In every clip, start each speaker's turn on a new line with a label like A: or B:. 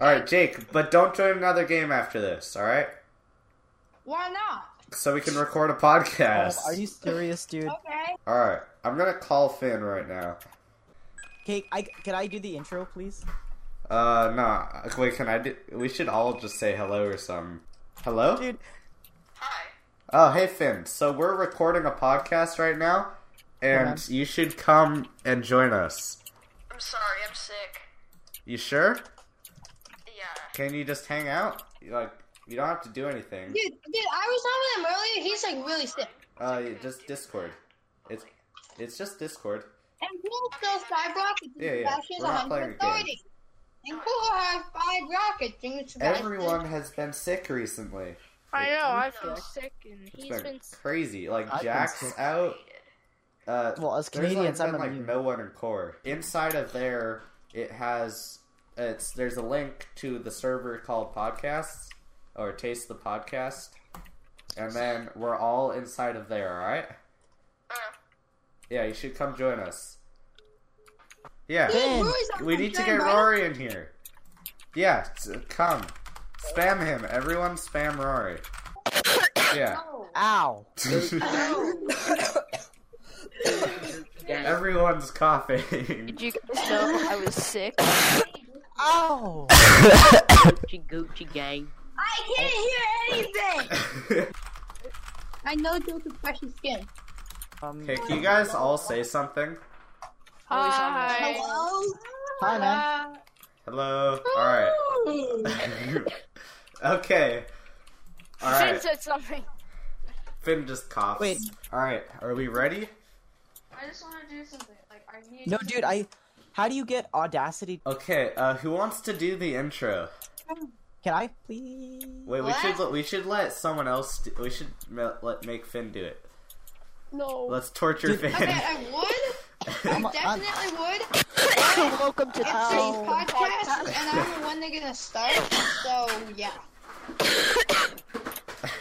A: All right, Jake, but don't join another game after this. All right,
B: Why not?
A: so we can record a podcast.
C: Oh, are you serious, dude?
B: Okay.
A: All right, I'm gonna call Finn right now.
C: Okay, I can I do the intro, please?
A: Uh, no. Wait, can I do? We should all just say hello or something. Hello.
C: Dude,
B: Hi.
A: Oh, hey Finn. So we're recording a podcast right now, and
C: Hold
A: you should come and join us.
B: I'm sorry, I'm sick.
A: You sure?
B: Yeah.
A: Can you just hang out? You, Like you don't have to do anything.
B: Dude, dude, I was talking with him earlier. He's like really sick.
A: Uh, you- just Discord. It's it's just Discord.
B: And Cool still five rockets.
A: Yeah, yeah,
B: Smashes
A: we're not playing
B: 130.
A: games.
B: And Cool has five rockets. And smashes-
A: Everyone has been sick recently.
D: I know, I feel
B: Okay.
D: sick and
A: It's
D: he's
A: been,
D: been
A: crazy. Like
C: I've been
A: Jack's
C: sick.
A: out. Uh,
C: well, as
A: There's
C: Canadians,
A: like,
C: I'm
A: been, like
C: immune.
A: no one in core. Inside of there, it has it's there's a link to the server called Podcasts or Taste the Podcast, and then we're all inside of there. All right?
C: Uh.
A: Yeah, you should come join us.
B: Dude,
A: Yeah,
C: Ben,
B: Rory's not
A: we
B: gonna
A: need to
B: join,
A: get
B: bro.
A: Rory in here. Yeah, s- come, spam him. Everyone, spam Rory. Yeah.
B: No.
C: Ow!
A: Everyone's coughing.
E: Did you guys know I was sick?
C: Ow!
E: Gucci Gucci gang.
B: I can't hear anything. I know Joe's a precious skin.
C: Um,
A: Okay, can you guys all say something?
D: Hi.
B: Hello?
C: hi, man.
D: Uh,
A: Hello. All right. okay. All
D: Finn
A: right.
D: said something.
A: Finn just coughs.
C: Wait.
A: All right. Are we ready?
F: I just want to do something. Like, I need.
C: No, dude, I. How do you get Audacity?
A: Okay. Uh, who wants to do the intro?
C: Can I please?
A: Wait. We should.
B: What?
A: let- We should let someone else. Do, we should ma- let make Finn do it.
D: No.
A: Let's torture
C: Dude-
A: Finn.
B: Okay, I would.
C: I'm-
B: I
C: I'm-
B: definitely would.
E: Welcome to
B: It's
E: town.
B: a podcast, and I'm the one that's gonna start. So yeah.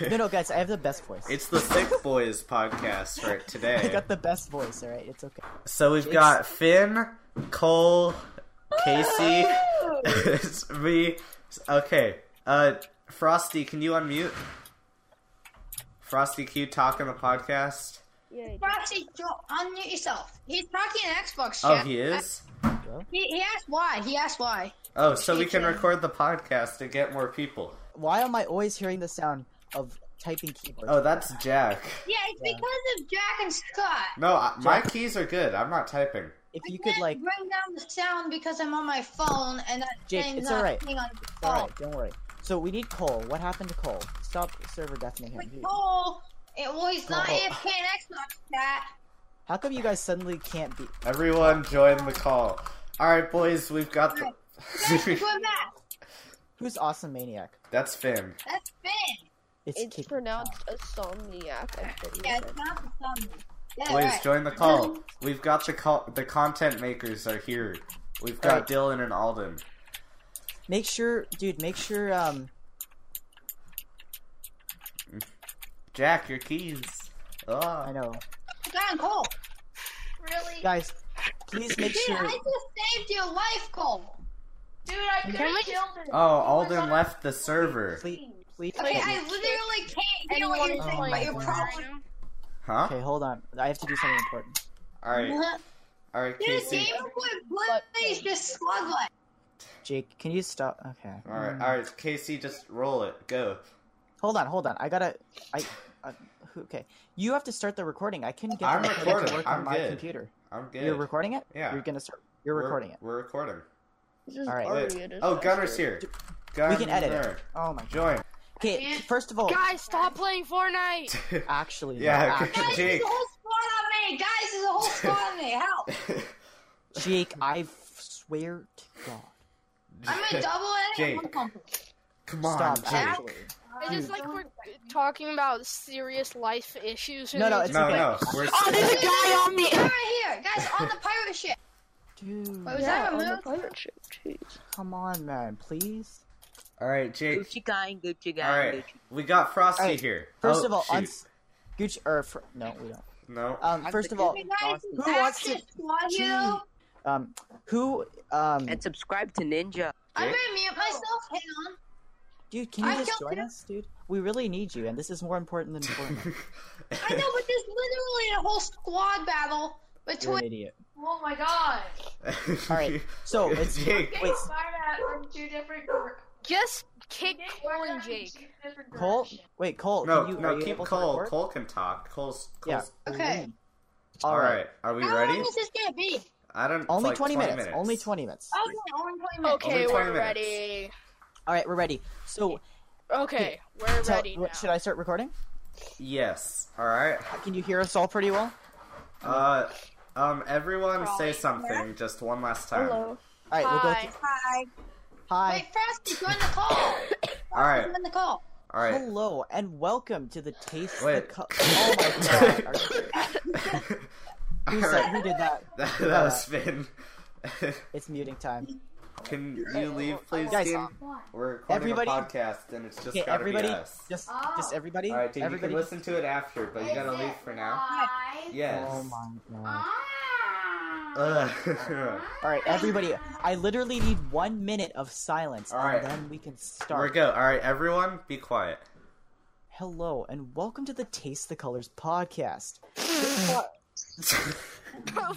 C: No, no, guys, I have the best voice.
A: it's the Sick Boys podcast right
C: I
A: today.
C: got the best voice. All right, it's okay.
A: So we've got Finn, Cole, Casey, it's me. Okay. Uh, Frosty, can you unmute? Frosty, can you talk on the podcast?
B: Frosty, Joe, unmute yourself. He's talking an Xbox
A: Oh,
B: chat.
A: he is.
B: He, he asked why. He asked why.
A: Oh, so we can record the podcast to get more people.
C: Why am I always hearing the sound of typing keyboard?
A: Oh, that's Jack.
B: Yeah, it's because of Jack and Scott.
A: No, I, my keys are good. I'm not typing.
C: if
B: I
C: you could
B: can't
C: like,
B: bring down the sound because I'm on my phone and that
C: Jake,
B: thing's
C: it's
B: not
C: alright.
B: being on the
C: it's
B: phone.
C: all right, don't worry. So we need Cole. What happened to Cole? Stop server deafening him.
B: Like, oh, it, well, he's not
C: Oh.
B: AFK in Xbox chat.
C: How come you guys suddenly can't be?
A: Everyone, join the call. All right, boys, we've got
B: That's
A: the.
B: good math.
C: Who's awesome maniac?
A: That's Finn.
B: That's Finn.
C: It's,
E: It's
C: Kick-
E: pronounced Insomniac. I think.
B: Yeah, it's not the sound. Yeah,
A: Boys,
B: right.
A: join the call. We've got the call. The content makers are here. We've got
C: Alright.
A: Dylan and Alden.
C: Make sure, dude. Make sure. Um,
A: Jack, your keys.
C: I
A: Oh.
C: know,
B: Scott and Cole. Really?
C: guys. Please make
B: Dude,
C: sure.
B: I just saved your life, Cole.
F: Dude, I could
D: Can we-
F: have killed it.
A: oh, Alden left the server.
C: Please, please.
B: Okay,
C: okay.
B: I literally can't hear what you're
D: Anyone who's
C: Oh
B: saying,
D: playing
C: my
B: but you're
C: God.
B: probably.
A: Huh?
C: Okay, hold on. I have to do something important.
A: All right, all right,
B: Dude,
A: Casey.
B: Game Boy Please just slug like.
C: Jake, can you stop? Okay.
A: All right,
B: Mm.
A: all right, Casey. Just roll it. Go.
C: Hold on, hold on. I gotta. I. Uh, who- okay. You have to start the recording. I couldn't get
A: I'm
C: the recording
A: recording.
C: to work
A: I'm
C: on my
A: good.
C: computer.
A: I'm good.
C: You're recording it.
A: Yeah.
C: You're gonna start. You're
A: We're-
C: recording it.
A: We're recording.
E: This is
C: All right.
A: Wait.
E: Aria, this
A: Oh,
E: is
A: Gunner's
E: Aria.
A: here. Gunner.
C: we can edit it. Oh my.
A: Join.
C: Okay. First of all,
D: Guys, stop playing Fortnite.
C: actually. no,
A: Yeah,
C: actually.
A: Jake.
B: Guys, there's a whole squad on me. Guys, there's a whole squad on me. Help!
C: Jake, I f- swear to God.
B: I'm gonna double it.
A: Jake.
B: and one pump it.
A: Come on,
C: Stop.
A: Jake.
C: Actually.
D: It's just like we're talking about serious life issues. and
C: No, no,
D: they
C: it's
A: No,
C: okay.
A: no. We're.
B: Oh, There's a guy on me. Right here, guys, on the pirate ship.
C: Dude,
B: Wait, was
E: Yeah,
B: that
E: on the
B: removed?
E: pirate ship. Jeez.
C: come on, man. Please.
A: All right, Jake.
E: Gucci gang, Gucci gang.
A: All right, we got Frosty
C: Alright,
A: here.
C: First
A: Oh,
C: of all,
A: shoot.
C: on Gucci or fr- no, we don't.
A: no.
C: Um, first of all,
B: Hey, guys,
C: Who wants to-
B: Squad you?
C: um, who um
E: subscribe to Ninja.
B: I'm
A: Jake?
B: gonna mute myself. Hang on.
C: Dude, can you
B: I
C: just
B: killed
C: join
B: him.
C: us, dude? We really need you, and this is more important than Fortnite.
B: I know, but there's literally a whole squad battle
C: You're
B: between.
C: an idiot.
F: Oh my god.
C: Alright, so it's
F: Get
A: Jake.
C: Wait.
F: fired at from two different gr-
D: Just kick
F: get
D: Cole
F: fired
D: and
F: at from
D: Jake.
F: two different
C: Cole.
F: directions.
C: Wait, Cole.
A: No,
C: are you, are
A: no,
C: you
A: keep
C: able to
A: Cole.
C: record?
A: Cole can talk. Cole's.
C: Yeah.
A: Cole's
B: Okay.
A: All right. Are we
B: How
A: ready?
B: long is this gonna be? Oh,
A: I don't. it's
C: Only
A: like
C: 20, minutes. Only 20 minutes.
B: Okay, only 20 minutes.
D: Okay,
A: Only 20
D: we're
A: minutes.
D: ready.
C: All right, we're ready. So,
D: Okay, we're
C: tell-
D: ready now.
C: what- should I start recording?
A: Yes. All right.
C: Can you hear us all pretty well?
A: Uh, um, everyone
D: Probably.
A: say something just one last time.
C: All right, we'll go.
D: Hi.
C: Through.
B: Hi.
C: Hi.
B: Wait, Frosty, join the call.
A: All right.
B: Join the call.
A: All right.
C: Hello and welcome to the Taste the
A: Wait.
C: Cup. Oh my god! Are you-
A: All
C: Who said
A: right.
C: who did that?
A: That, that was Finn.
C: It's muting time.
A: Can you leave, please,
C: Guys,
A: team? We're recording
C: everybody-
A: a podcast, and it's just
C: Okay,
A: gotta
C: everybody,
A: be us.
C: just
F: Oh.
C: just everybody.
A: All right, dude. You
C: everybody.
A: can listen to it after, but you gotta
F: Is
A: leave
F: it
A: for now.
F: live?
A: Yes.
C: Oh my god!
F: Ah.
C: Uh, Oh
A: Ugh.
C: All right, everybody. I literally need one minute of silence,
A: All right.
C: and then we can start.
A: We're good. All right, everyone, be quiet.
C: Hello and welcome to the Taste the Colors podcast.
D: Wait, no. God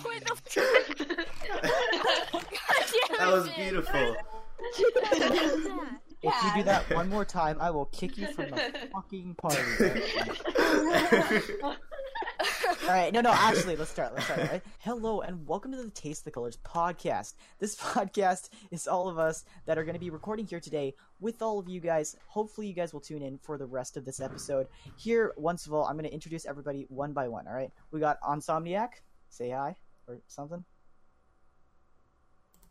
D: damn
A: That was
D: it.
A: beautiful.
C: If you do that one more time, I will kick you from the fucking party. All right, no, no, actually, let's start. Let's start. all Right? Hello, and welcome to the Taste the Colors podcast. This podcast is all of us that are going to be recording here today with all of you guys. Hopefully, you guys will tune in for the rest of this episode. Here, once of all, I'm going to introduce everybody one by one. All right, we got Insomniac. Say hi or something.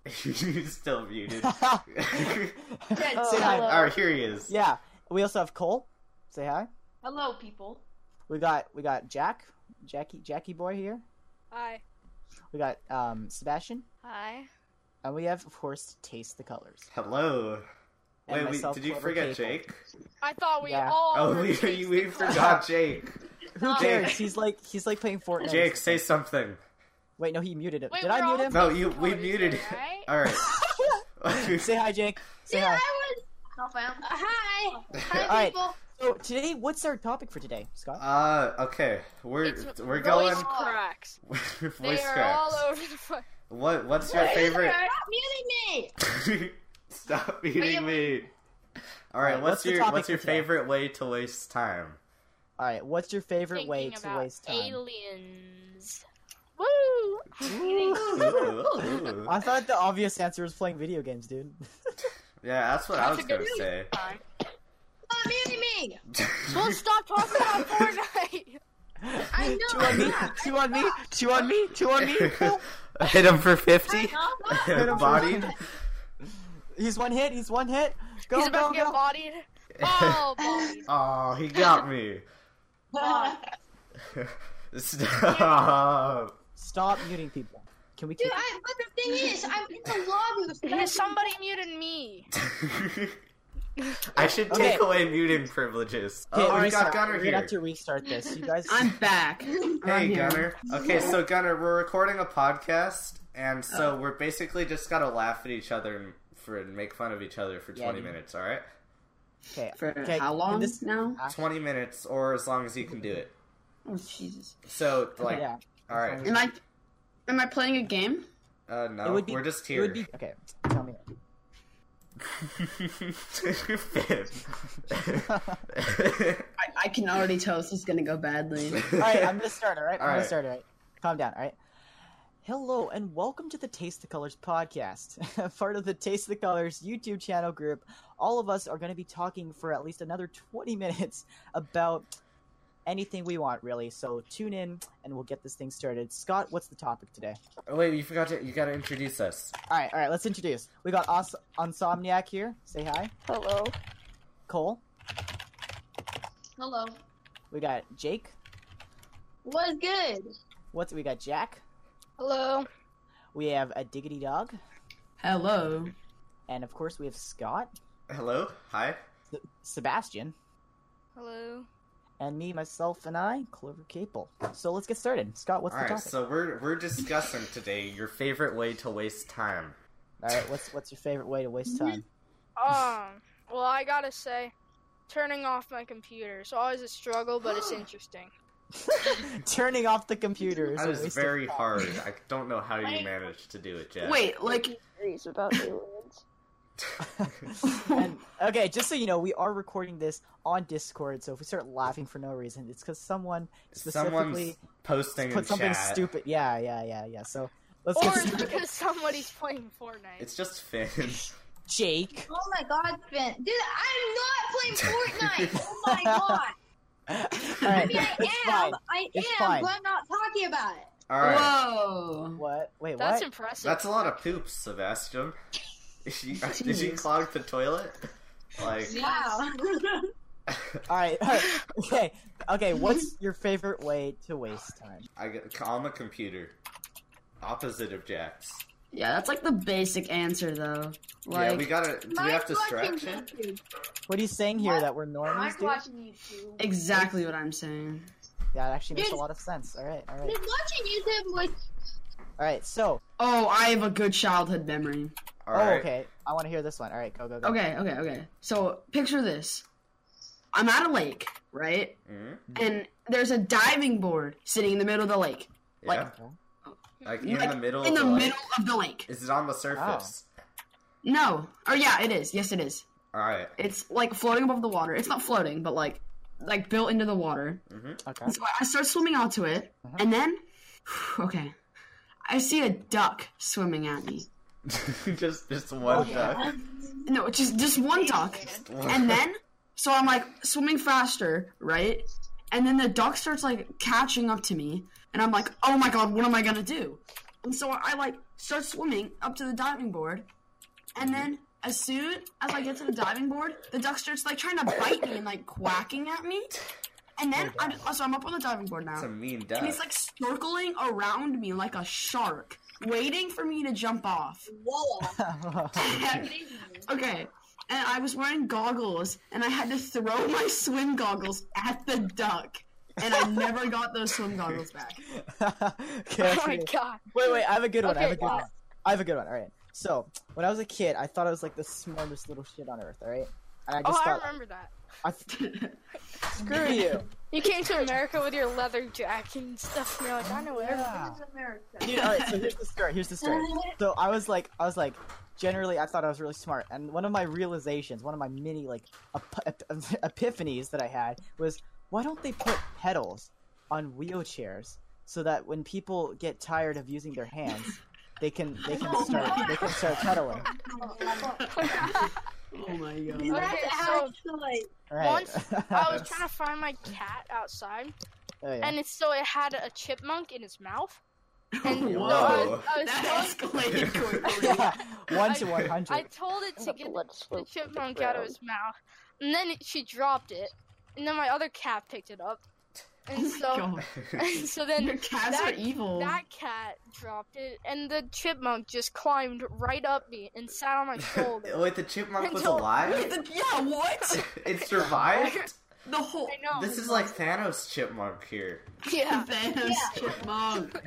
A: He's still muted.
C: Say hi.
A: All right, here he is.
C: Yeah. We also have Cole. Say hi.
F: Hello, people.
C: We got we got Jack, Jackie, Jackie boy here.
D: Hi.
C: We got um Sebastian,
D: Hi.
C: and we have of course Taste the Colors.
A: Hello.
C: And
A: Wait, we,
C: myself,
A: did you
C: Clover
A: forget
C: Cable.
A: Jake?
D: I thought we
C: Yeah.
D: all.
A: Oh,
D: were
A: we,
D: Jake's
A: we
D: the
A: forgot Jake.
C: Who
D: Jake.
C: cares? He's like he's like playing Fortnite.
A: Jake, say something.
C: Wait, no, he muted it.
D: Wait,
C: Did
D: we're
C: I
D: all-
C: mute him?
A: No, you we
D: Colours,
A: muted him.
D: alright?
A: All right.
C: Say hi, Jake. Say
B: Yeah, I
C: hi.
B: was.
F: No, fam.
B: Uh, hi.
A: All
B: Hi,
C: right.
B: people.
C: So today, what's our topic for today, Scott?
A: Uh, okay. We're
D: It's
A: we're
D: voice
A: going.
D: cracks.
A: voice
D: They are
A: cracks.
D: all over the place.
A: What what's your
B: You're
A: favorite?
B: not muting me.
A: Stop beating me. All right,
C: Alright,
A: what's,
C: what's the
A: your
C: topic
A: what's your
C: for today?
A: favorite way to waste time?
C: All right, what's your favorite
D: Thinking
C: way to
D: about
C: waste time?
D: aliens. Woo!
A: Ooh, ooh.
C: I thought the obvious answer was playing video games, dude.
A: Yeah, that's what I
D: That's
A: was
D: a
A: gonna
D: good
A: say.
D: time.
B: Stop muting me.
D: Well, stop talking about Fortnite.
B: I know.
C: Two on me, two on me, two on me, two on me.
A: Hit him for fifty.
C: for
A: Body.
C: he's one hit. He's one hit. Go,
D: He's
C: go,
D: about to
C: go.
D: get bodied. Oh, bodied.
A: Oh, he got me. Stop.
C: Stop muting people. Can we?
B: Dude,
C: Keep...
B: I, but the thing is, I'm in the lobby with
D: Yeah, Somebody muted me.
A: I should
C: Okay.
A: take away muting privileges.
C: Okay,
A: oh, I got
C: restart.
A: Gunner here.
C: We're gonna have to restart this. You guys.
G: I'm back.
A: Hey,
G: I'm here.
A: Gunner. Okay, so Gunner, we're recording a podcast, and so
C: Oh.
A: we're basically just gotta laugh at each other and for and make fun of each other for
C: Yeah,
A: twenty
C: dude.
A: minutes. All right,
C: Okay.
G: For
C: Okay,
G: how
C: in
G: long
C: this-
G: now?
A: twenty minutes or as long as you can do it.
G: Oh Jesus!
A: So like,
C: yeah.
A: all right,
G: Am I am I playing a game?
A: uh,
C: It
A: no,
C: would be.
A: we're just
C: It
A: here.
C: would be. Okay. Tell me.
A: Finn.
G: I, I can already tell this is gonna go badly.
C: All right, I'm gonna start. All right, I'm
A: All
C: gonna
A: right.
C: start. All right, calm down. All right. Hello and welcome to the Taste the Colors podcast, part of the Taste the Colors YouTube channel group. All of us are going to be talking for at least another 20 minutes about anything we want, really. So tune in, and we'll get this thing started. Scott, what's the topic today?
A: Oh, wait, you forgot to. You gotta introduce us.
C: All right, all right. Let's introduce. We got Os- Insomniac here. Say hi,
E: Hello.
C: Cole.
F: Hello.
C: We got Jake.
B: What is good?
C: What's we got? Jack.
D: Hello.
C: We have a diggity dog,
G: Hello.
C: and of course we have Scott,
A: Hello, hi.
C: Se- Sebastian.
D: Hello.
C: and me, myself, and I, Clover Capel. So let's get started. Scott, what's
A: All
C: the
A: right,
C: topic?
A: so we're we're discussing today your favorite way to waste time.
C: All right, what's what's your favorite way to waste time?
D: Um, well, I gotta say, turning off my computer is always a struggle, but it's interesting.
C: Turning off the computer is
A: That
C: a
A: is
C: waste of
A: very
C: time.
A: hard. I don't know how you managed to do it, Jeff.
G: Wait, like,
E: Theories about aliens.
C: and, okay, just so you know, we are recording this on Discord, so if we start laughing for no reason, it's because someone
A: Someone's
C: specifically
A: posting in
C: put something
A: chat.
C: stupid. Yeah, yeah, yeah, yeah. So let's
D: Or
C: get
D: it's
C: started.
D: because somebody's playing Fortnite.
A: It's just Finn.
C: Jake.
B: Oh my god, Finn. Dude, I'm not playing Fortnite! Oh my god!
C: All right,
B: Maybe I
C: it's
B: am!
C: fine.
B: I
C: It's
B: am,
C: fine.
B: but I'm not talking about it!
A: All right,
G: whoa.
C: What? Wait,
D: That's
C: what?
D: impressive.
A: that's a lot of poops, Sebastian. Did you, did you
G: Jeez.
A: clog the toilet? Like,
B: Wow.
C: all, right, all right, okay, okay. What's your favorite way to waste time?
A: I get on the computer. Opposite of Jack's.
G: Yeah, that's like the basic answer, though. Like,
A: yeah, we gotta. Do we
B: Mine's
A: have
B: watching
A: distraction?
B: YouTube.
C: What are you saying here
F: What?
C: that we're
F: I'm
C: normies do?
F: watching YouTube.
G: exactly what I'm saying.
C: Yeah, it actually makes a
B: Dude.
C: lot of sense. All right, all right,
B: Dude, watching YouTube with
C: all right. So,
G: Oh, I have a good childhood memory.
A: All right.
C: oh, okay. I want to hear this one. All right, go, go, go.
G: Okay, okay, okay. So picture this: I'm at a lake, right?
A: Mhm.
G: And there's a diving board sitting in the middle of the lake,
A: Yeah.
G: Like-
A: Like, in
G: like,
A: the middle.
G: in
A: of
G: the
A: the lake?
G: middle of the lake.
A: Is it on the surface?
G: No, or yeah, it is. Yes, it is.
A: All right.
G: It's like floating above the water. It's not floating, but like, like built into the water.
C: Okay.
G: And so I start swimming out to it, and then, okay, I see a duck swimming at me.
A: just just one duck.
G: No, just just one duck. Oh, And then, so I'm like swimming faster, right? And then the duck starts like catching up to me, and I'm like, oh my god, what am I gonna do? And so I like start swimming up to the diving board, and then as soon as I get to the diving board, the duck starts like trying to bite me and like quacking at me. And then I'm so I'm up on the diving board now,
A: That's a mean
G: and
A: duck.
G: he's like circling around me like a shark, waiting for me to jump off. okay. And I was wearing goggles, and I had to throw my swim goggles at the duck, and I never got those swim goggles back.
C: okay,
D: Oh
C: that's
D: my
C: good.
D: god.
C: Wait, wait, I have a good one. I have a
D: Okay, uh,
C: good
D: wow.
C: one. I have a good one. All right. So when I was a kid, I thought I was like the smartest little shit on earth. All right. And I
D: Oh,
C: just
D: I
C: thought,
D: remember that.
C: I screw you.
D: You came to America with your leather jacket and stuff, and you're like, I know everything.
F: This is America.
C: Dude, all right. So here's the story. Here's the story. So I was like, I was like, generally, I thought I was really smart. And one of my realizations, one of my mini like ep- ep- epiphanies that I had was, why don't they put pedals on wheelchairs so that when people get tired of using their hands, they can they can start they can start pedaling.
G: Oh my god.
D: Okay,
B: that's
D: so
B: actually
C: All right.
D: Once I was trying to find my cat outside,
C: Oh, yeah.
D: and it's so it had a chipmunk in its mouth. And so I
A: Whoa.
D: was, I was
G: That
D: telling-
G: escalated quickly.
C: yeah, one to
D: I-
C: one
D: I
C: hundred.
D: told it to
E: The
D: get
E: blood
D: the
E: sloped to the
D: chipmunk out of
E: ground.
D: his mouth, and then it, she dropped it, and then my other cat picked it up, and so
G: Oh God.
D: and so then
G: Your cats
D: that-
G: are evil.
D: that cat dropped it, and the chipmunk just climbed right up me and sat on my shoulder.
A: Wait, the chipmunk was
D: Until-
G: Wait,
A: alive.
G: the- yeah, what?
A: It survived.
G: The whole
D: I know.
A: This is like Thanos chipmunk here.
D: yeah.
G: Thanos chipmunk.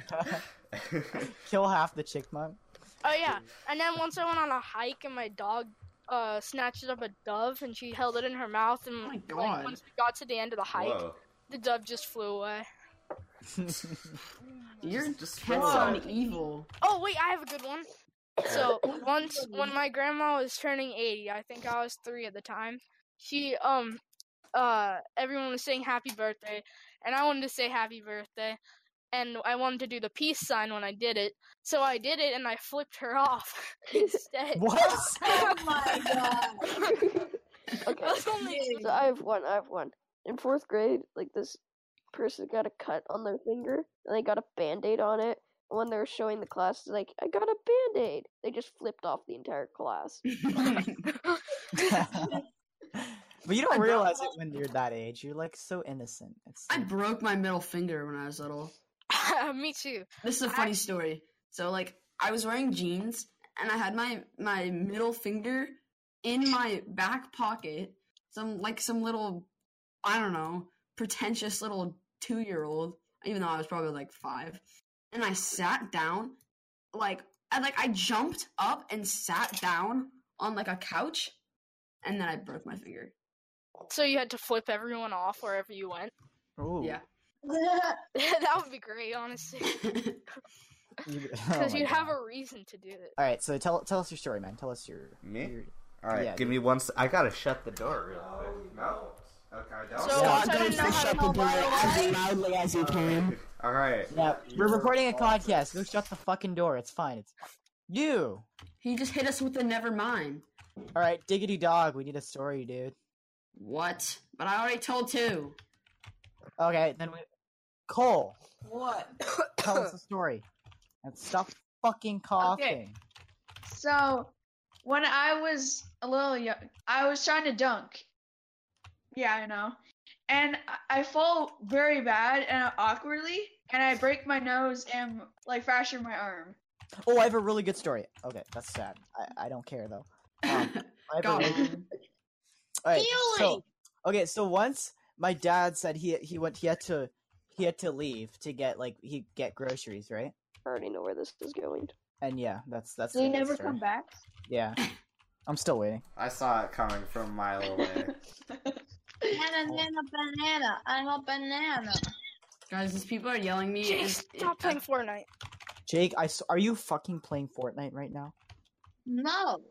C: Kill half the chipmunk.
D: Oh yeah. And then once I went on a hike, and my dog uh, snatched up a dove, and she held it in her mouth, and
G: Oh my
D: like,
G: God.
D: once we got to the end of the hike,
A: Whoa.
D: the dove just flew away.
G: Your
A: Just
G: cats sound evil.
D: Oh wait, I have a good one. So once when my grandma was turning 80, I think I was 3 at the time. She um uh everyone was saying happy birthday and I wanted to say happy birthday and I wanted to do the peace sign when I did it. So I did it and I flipped her off instead.
C: What?
D: I
B: Oh my god.
E: Okay.
D: was only
E: So I have one. I have one. In fourth grade, like this person got a cut on their finger, and they got a band-aid on it. And when they were showing the class, they're like, "I got a band-aid," they just flipped off the entire class.
C: but you don't realize it when you're that age. You're like so innocent. It's
G: I
C: like,
G: broke my middle finger when I was little.
D: me too.
G: This is a funny story. So like I was wearing jeans and I had my my middle finger in my back pocket. Some like some little I don't know, pretentious little 2-year-old, even though I was probably like 5. And I sat down like I like I jumped up and sat down on like a couch, and then I broke my finger.
D: So you had to flip everyone off wherever you went.
C: Ooh.
G: Yeah.
D: that would be great, honestly, because you'd have a reason to do it.
C: oh All right, so tell tell us your story, man. Tell us your
A: Me?
C: your-
A: All right,
C: Yeah,
A: give me one. Se- I gotta shut the door real quick. No. Okay, I don't.
D: So once I didn't know how to help my
H: as loudly as you can.
A: All right.
C: Yeah, we're recording a podcast. Go shut the fucking door. It's fine. It's you.
G: He just hit us with the never mind.
C: All right, diggity dog. We need a story, dude.
G: What? But I already told two.
C: Okay, then we. Cole,
F: What?
C: tell us a story. And stop fucking coughing.
F: So, when I was a little young, I was trying to dunk. Yeah, I know. And I- I fall very bad and awkwardly, and I break my nose and like fracture my arm.
C: Oh, I have a really good story. Okay, that's sad. I, I don't care though. Um, I have a
G: Got
C: really-
G: him.
C: All right,
B: Feeling.
C: so, okay, so once my dad said he he went he had to he had to leave to get like he get groceries, right?
E: I already know where this is going.
C: And yeah, that's that's.
F: They
C: the
F: never
C: story.
F: come back.
C: Yeah, I'm still waiting.
A: I saw it coming from a mile away.
B: Banana, banana, banana. I'm a banana.
G: Guys, these people are yelling me.
D: Jake,
G: It's- it-
D: stop playing Fortnite.
C: Jake, I s- are you fucking playing Fortnite right now?
B: No.